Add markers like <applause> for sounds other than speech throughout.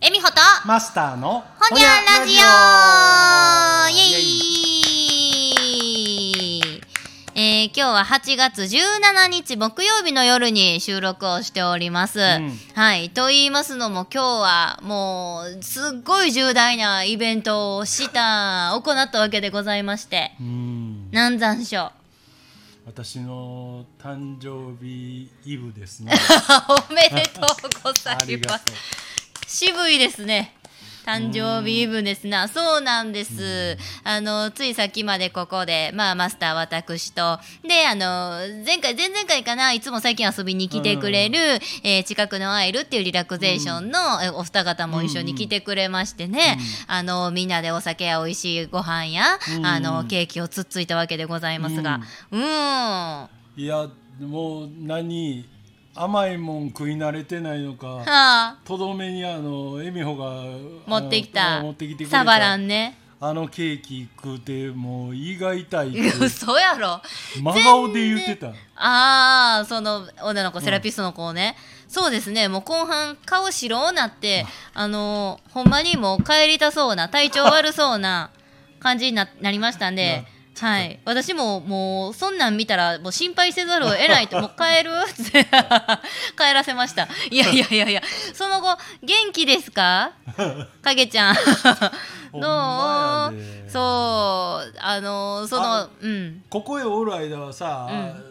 えみほと、マスターのほにゃんラジオイェイえー、今日は8月17日木曜日の夜に収録をしております。んはい。と言いますのも今日はもうすっごい重大なイベントをした、行ったわけでございまして。うーん南山 <laughs> 賞。私の誕生日イブです <laughs> ねおめでとうござあいりまがすと。渋いですね。誕生日イブですな。そうなんです。あの、つい先までここで、まあ、マスター私と、で、あの、前回、前々回かな、いつも最近遊びに来てくれる、えー近くのアイルっていうリラクゼーションの、えお二方も一緒に来てくれましてね、あの、みんなでお酒や美味しいご飯や、うんあの、ケーキをつっついたわけでございますが、うん、はいやもう何甘いもん食い慣れてない <laughs> のかあ、とどめにあの恵美穂が持ってきあたの持ってきてくれたサバランね。あのケーキ食うてもう胃が痛いって嘘やろ真顔で言ってたああその女の子セラピストの子ね、そうですねもう後半顔白なってあのーほんまにもう帰りたそうな体調悪そうな感じにななりましたんでな。はい、私ももうそんなん見たらもう心配せざるを得ない <laughs> ってもう帰るって <laughs> 帰らせましたいやいやいやいやその後元気ですかかげちゃん <laughs> ほどうんま <laughs> やでそうあのーそのあうんここへおる間はさ、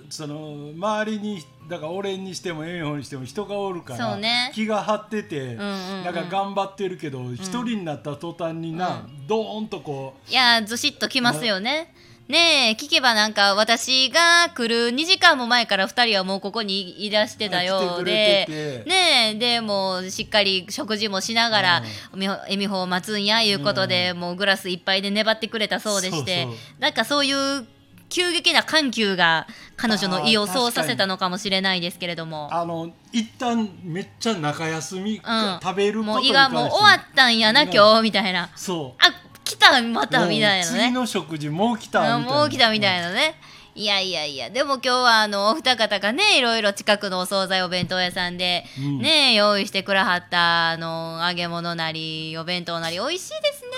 その周りにだから俺にしてもエミホにしても人がおるからそうね気が張ってて、んうんうんなんか頑張ってるけど一、人になった途端にな、ドーンとこいやーずしっときますよね。ねえ聞けばなんか私が来る2時間も前から2人はもうここにいらしてたようで来てくれててねえでもうしっかり食事もしながらみほえみほを待つんやいうことで、もうグラスいっぱいで粘ってくれたそうでしてそうそなんかそういう急激な緩急が彼女の胃をそうさせたのかもしれないですけれどもう。あの一旦めっちゃ中休うみ、ん食べることもうに胃関がしもてう終わったんやなね今日みたいなそうあ来たまたみたいなもうね次の食事もう来たみたいあなもう来たみたいなね、いやいやいやでも今日はあのお二方がねいろいろ近くのお惣菜お弁当屋さんで、うんね用意してくれはったあの揚げ物なりお弁当なり美味しいですね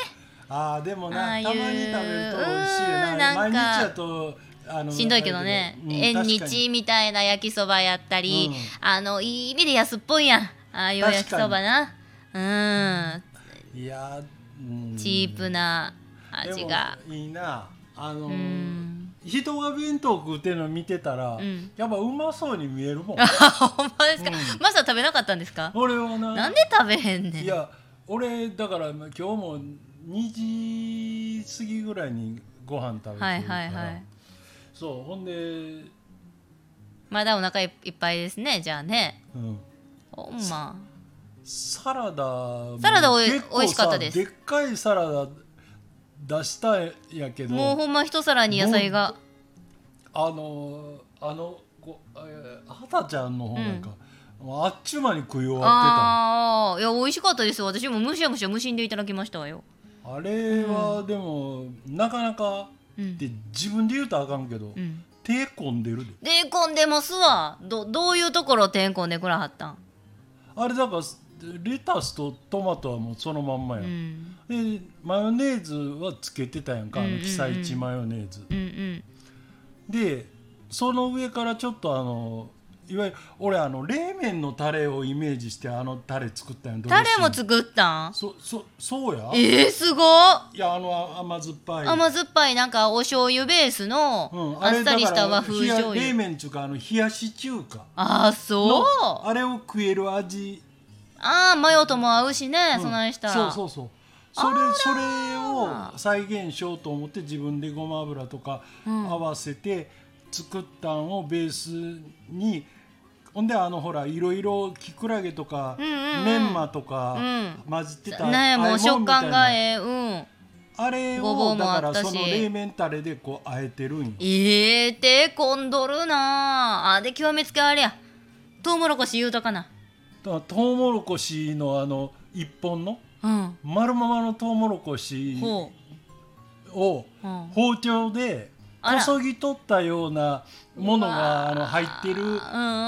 あーでもああないうたまに食べると美味しいうんよななんか毎日だとあのしんどいけどね、うん縁確かに日みたいな焼きそばやったり、うあのいい意味で安っぽいやんああいう焼きそばなうんいやー、うんチープな味がでもいいなあのーうん <laughs> 人が弁当食うてんの見てたら、んやっぱうまそうに見える <laughs> もんあほんまですか、マサ食べなかったんですか俺はななんで食べへんねんいや俺だから今日も2時過ぎぐらいにご飯食べてるから、はいはいはいそうほんで、うん、まだお腹いっぱいですねじゃあねほんまサラダもサラダおい結構さ美味しかったですでっかいサラダ出したんやけどもうほんま一皿に野菜があのあのこえーはたちゃんの方なんか、もうあっちゅう間に食い終わっああーいや美味しかったです私もむしゃむしゃ無心でいただきましたわよてたあれはでも、なかなかうんで自分で言うとあかんけど、うん手込んでるででこんでますわどどういうところてんこんでくらはったんあれだからレタスとトマトはもうそのまんまや、、うんんでマヨネーズはつけてたやんか、あうんうのんうん記載地マヨネーズ、うんうんでその上からちょっとあのいわゆる俺あの冷麺のタレをイメージしてあのタレ作ったやんドレッタレシングも作ったんそそそうやえー、すごっいやあのあ甘酸っぱい甘酸っぱいなんかお醤油ベースうんのあれっさりした和風だから醤冷や冷油麺っちゅうかあの冷やし中華ああそうあれを食える味ああマヨとも合うしね、そないしたらそうそうそうそれそれを再現しようと思って自分でごま油とかうん合わせて作ったんをベースにほんであのほらいろいろきくらげとか、うんうんうんメンマとかう混じってた、ねえもう食感がええうんあれごぼうをだもあかったしらその冷麺タレでこうあえてるんよええ手込んどるなああで極めつけあれやトウモロコシ言うとかなだからトウモロコシのあの一本のうん丸ままのトウモロコシほをう、うん、包丁であこらそぎ取ったようなものうがわーあの入ってるうんうん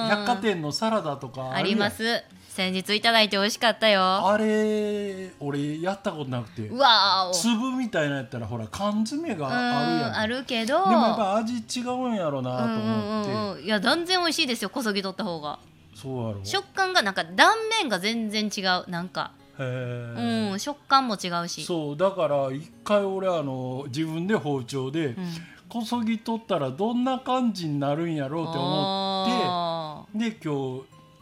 百貨店のサラダとかあるりやんます先日いただいて美味しかったよあれ俺やったことなくてうわーお粒みたいなやったらほら缶詰があるやうんんあるけどでもやっぱ味違うんやろなと思って、うんうんうん、いや断然美味しいですよこそぎ取った方がそうやろ食感がなんか断面が全然違うなんか、へーうん食感も違うしそうだから一回俺あの自分で包丁で、うんこそぎ取ったらどんな感じになるんやろうってあ思ってで今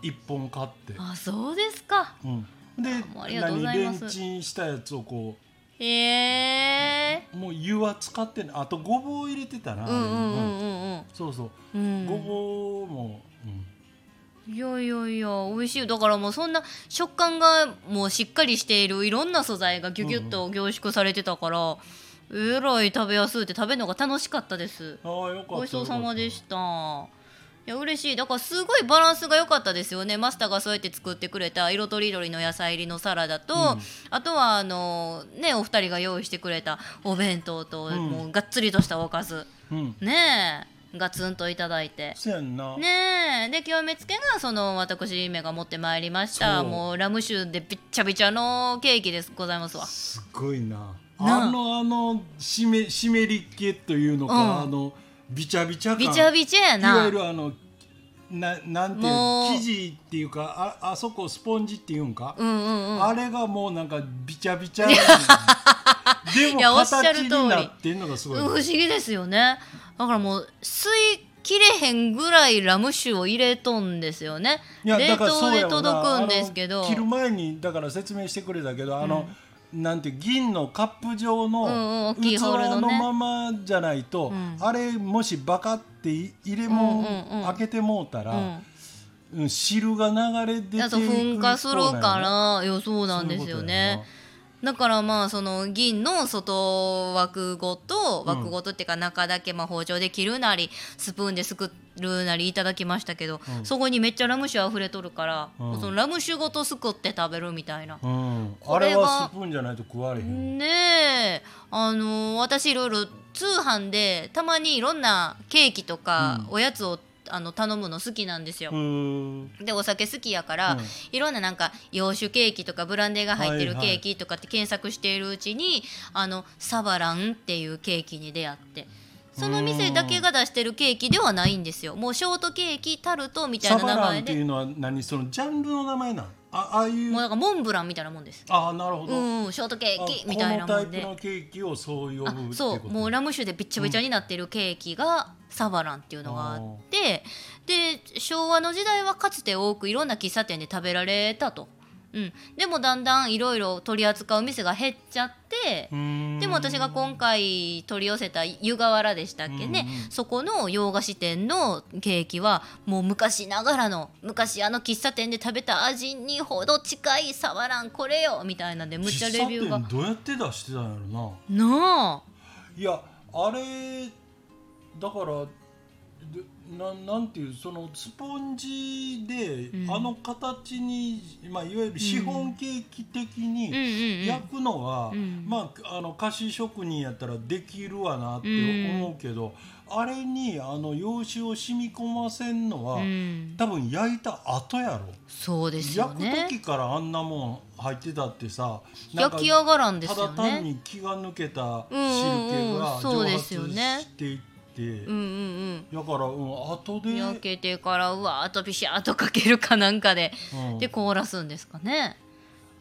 日一本買ってー、あそうですかうん、でもうありがとう何ございレますンチンしたやつをこへえうもう湯は使ってないあとごぼう入れてたな、うんうんううんんうんそうそう、うんごぼうも、うんいやいやいや美味しいよだからもうそんな食感がもうしっかりしているいろんな素材がギュギュッと凝縮されてたから、えらい食べやすいって食べるのが楽しかったですああよかったごちそうさまでよかっしたいや嬉しいだからすごいバランスが良かったですよねマスターがそうやって作ってくれた色とりどりの野菜入りのサラダと、うんあとはあのねお二人が用意してくれたお弁当と、うんもうがっつりとしたおかずたうんねえガツンといただいてせやんな、ねえで極めつけがその私めが持ってまいりましたそうもうラム酒でびっちゃびちゃのケーキですございますわすごいななああのあの湿湿り気というのか、うんあのびちゃびちゃ感びちゃびちゃやいなわゆるあのななんていうもう生地っていうかああそこスポンジっていうんか、うんうんうんあれがもうなんかびちゃび <laughs> ちゃでもいやおっしゃる通り形になってんのがすごい不思議ですよねだからもう吸い切れへんぐらいラム酒を入れとんですよねいや冷だから凍そうでやろな届くんですけどあの切る前にだから説明してくれたけどあの、なんて銀のカップ状うんうんの大きい器ホールののねままじゃないと、うんあれもしバカってい入れもん、うんうんうん開けてもうたうら、んうん汁が流れ出ていだと噴火するからいやそうそうなんですよねだからまあその銀の外枠ごとうん枠ごとっていうか中だけまあ包丁で切るなりスプーンですくるなりいただきましたけど、うんそこにめっちゃラム酒あふれとるから、うんそのラム酒ごとすくって食べるみたいな。そういうこことやなうんあれれがはスプーンじゃないと食われへん、ねえあの私いろいろ通販でたまにいろんなケーキとかうおやつをあの頼むの好きなんですよ。うんでお酒好きやから、うんいろんななんか洋酒ケーキとかブランデーが入ってるはケいはいーキとかって検索しているうちに、あのサバランっていうケーキに出会ってその店だけが出してるケーキではないんですよもうショートケーキタルトみたいサな名バラン前ってでいうのは何そのジャンルの名前なんあああいうもうなんかモンブランみたいなもんですああなるほうど、んうんショートケあーキみたいなもんでこのタイプのケーキをそう呼ぶっていあことそうもうラム酒でびっちゃびちゃになってるケーキがサバランっていうのがあって、で昭和の時代はかつて多くいろんな喫茶店で食べられたと、うん、でもだんだんいろいろ取り扱う店が減っちゃって、でも私が今回取り寄せた湯河原でしたっけね、うんうんそこの洋菓子店のケーキはもう昔ながらの昔あの喫茶店で食べた味にほど近いサバランこれよみたいなんでむっちゃレビューがどうやって出してたんやろななあいやあれだからでななんていうそのスポンジで、うんあの形に、まあ、いわゆるシフォンケーキ的に、うんうんうん焼くのは、うんまああの菓子職人やったらできるわなって思うけど、あれにあの用紙を染み込ませんのは、うん、多分焼いた後やろ、そうですよ焼くね時からあんなもん入ってたってさなん焼かき上がらんですただよ単ねに気が抜けたう汁んう気んうんがそう蒸で発すよねしていって、うんうんだから、うん、後うでん、焼けてからうわーっとピシャーっとかけるかなんかで、うんで凍らすんですかね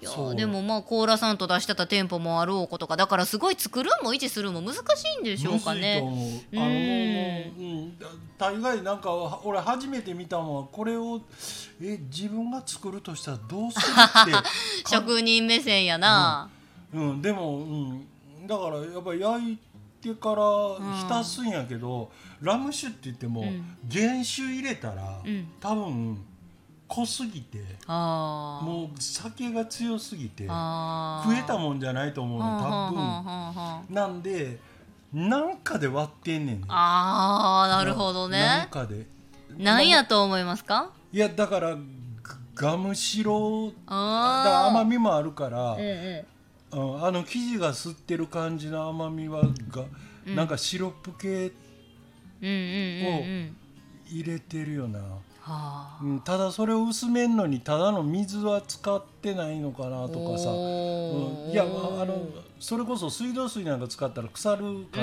いやーそうでもまあ凍らさんと出してた店舗もあろうことかだからすごい作るんも維持するんも難しいんでしょうかねむずいと思うあのもうもう、うん、だ大概なんかは俺初めて見たのはこれをえ自分が作るとしたらどうするってか職人目線やな、 <laughs> うん、でも、うん、だからやっぱり焼いてかんら浸すんやけど、ラム酒って言っても、うん原酒入れたら、うん多分濃すぎてあーもう酒が強すぎてあ食えたんもんじゃないと思うねは多んはん分はんはんなんでなんかで割ってんねんねあーなるほどなんねかでなんやと思いますかいやだからがガムシロだかあらあ甘みもあるから、うんうんうんあの生地が吸ってる感じの甘みはが、なんかシロップ系うんうんうんうん入れてるよな、ははうん、ただそれを薄めんのにただの水は使ってないのかなあとかさ、おうーん、いやまああのそれこそ水道水なんか使ったら腐る可能性あ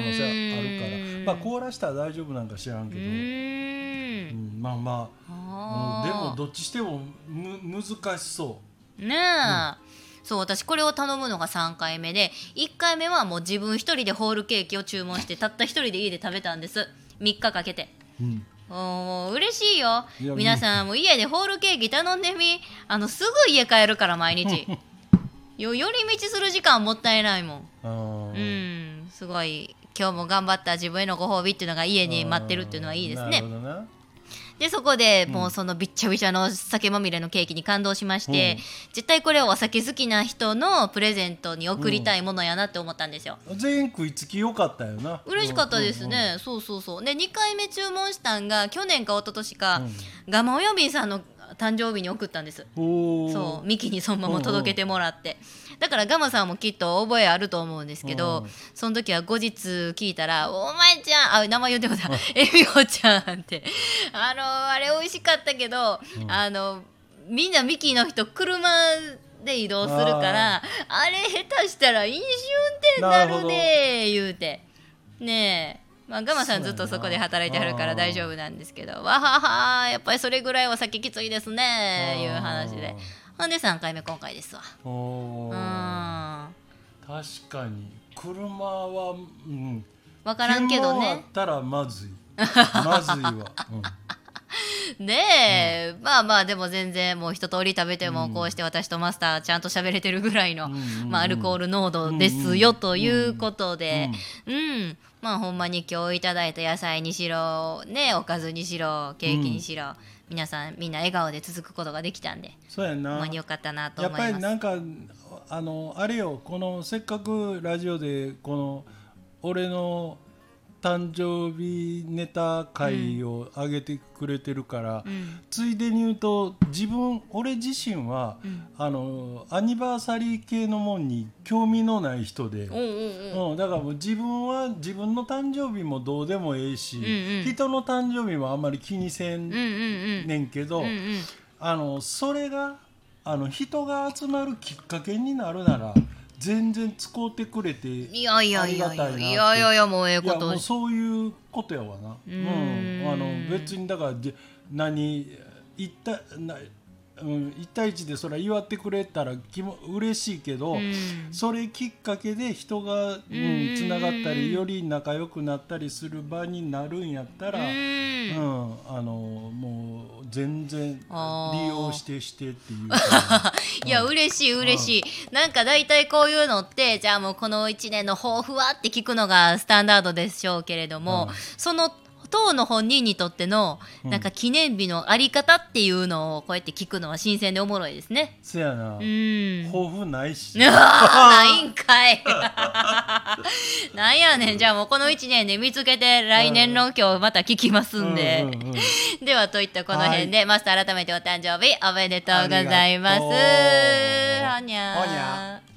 るから、まあ、凍らしたら大丈夫なんか知らんうけど、うんーんまあまあ、うん、であもーどっちしてもむ難しそねえ、そう私これを頼むのが3回目で1回目はもう自分一人でホールケーキを注文してたった一人で家で食べたんです3日かけてう、うん、おーもう嬉しいよいや皆さんも家でホールケーキ頼んでみあのすぐ家帰るから毎 <laughs> 日よ寄り道する時間もったいないもんうあーんすごい今日も頑張った自分へのご褒美っていうのが家に待ってるっていうのはいいですなるほねどなでそこでもうそのびっちゃびちゃの酒まみれのケーキに感動しまして、絶対これをお酒好きな人のプレゼントに贈りたいものやなって思ったんですよ、全員食いつき良かったよな嬉しかったですね、、そうそうそうで2回目注文したんが去年か一昨年か、うんガマおよびんさんの誕生日に送ったんですうんうんおーそうミキにそのまま届けてもらって、だからガマさんもきっと覚えあると思うんですけど、うんその時は後日聞いたら「お前ちゃんあ名前言ってもだ <laughs> えみおちゃん」ってあのあれ美味しかったけど、あのみんなミキの人車で移動するからあれ下手したら飲酒運転になるで言うてねえまあガマさんずっとそこで働いてはるから大丈夫なんですけどわははやっぱりそれぐらいお酒きついですねいう話でほんで3回目今回ですわおうーん確かに車はうん分からんけど車あっねたらま <laughs> ずいまずいわ、うんねえ、まあまあでも全然もう一通り食べてもこうして私とマスターちゃんと喋れてるぐらいの、うんまあ、アルコール濃度ですよということでうん、まあほんまに今日いただいた野菜にしろねおかずにしろケーキにしろ、皆さんみんな笑顔で続くことができたんでそうやほんなまによかったなとやっ思いまぱす。りなんかあのあれよこのせっかくラジオでこの俺の誕生日ネタ会を上げてくれてるから、うんついでに言うと自分俺自身は、あのアニバーサリー系のもんに興味のない人で。おうおうおううん、だからもう自分は自分の誕生日もどうでもええし、んうん人の誕生日もあんまり気にうせんんうんうんねんけど、うんうんあのそれがあの人が集まるきっかけになるなら全然使うてくれていやいやいやいありがたいやなっていやいやいやもうええいこやともをうしそういうことやわな、うんんあの別にだからじ何一対な、うん、一対一でそれは祝ってくれたら気も嬉しいけど、うんそれきっかけで人がつうんな、がったりより仲良くなったりする場になるんやったら、ううんんあのもう全然利あー用してしてっていうかいや嬉しい嬉しい、なんか大体こういうのってじゃあもうこの1年の抱負はって聞くのがスタンダードでしょうけれども、うんその当の本人にとってのなんか記念日のあり方っていうのをこうやって聞くのは新鮮でおもろいですね。せやうな、ん抱負ないし。うわないんかい <laughs> なんやねんじゃあもうこの1年で見つけて来年の今日また聞きますんで、うんうんうん <laughs> ではといったこの辺で、マスター改めてお誕生日おめでとうございますありがとうほにゃほにゃー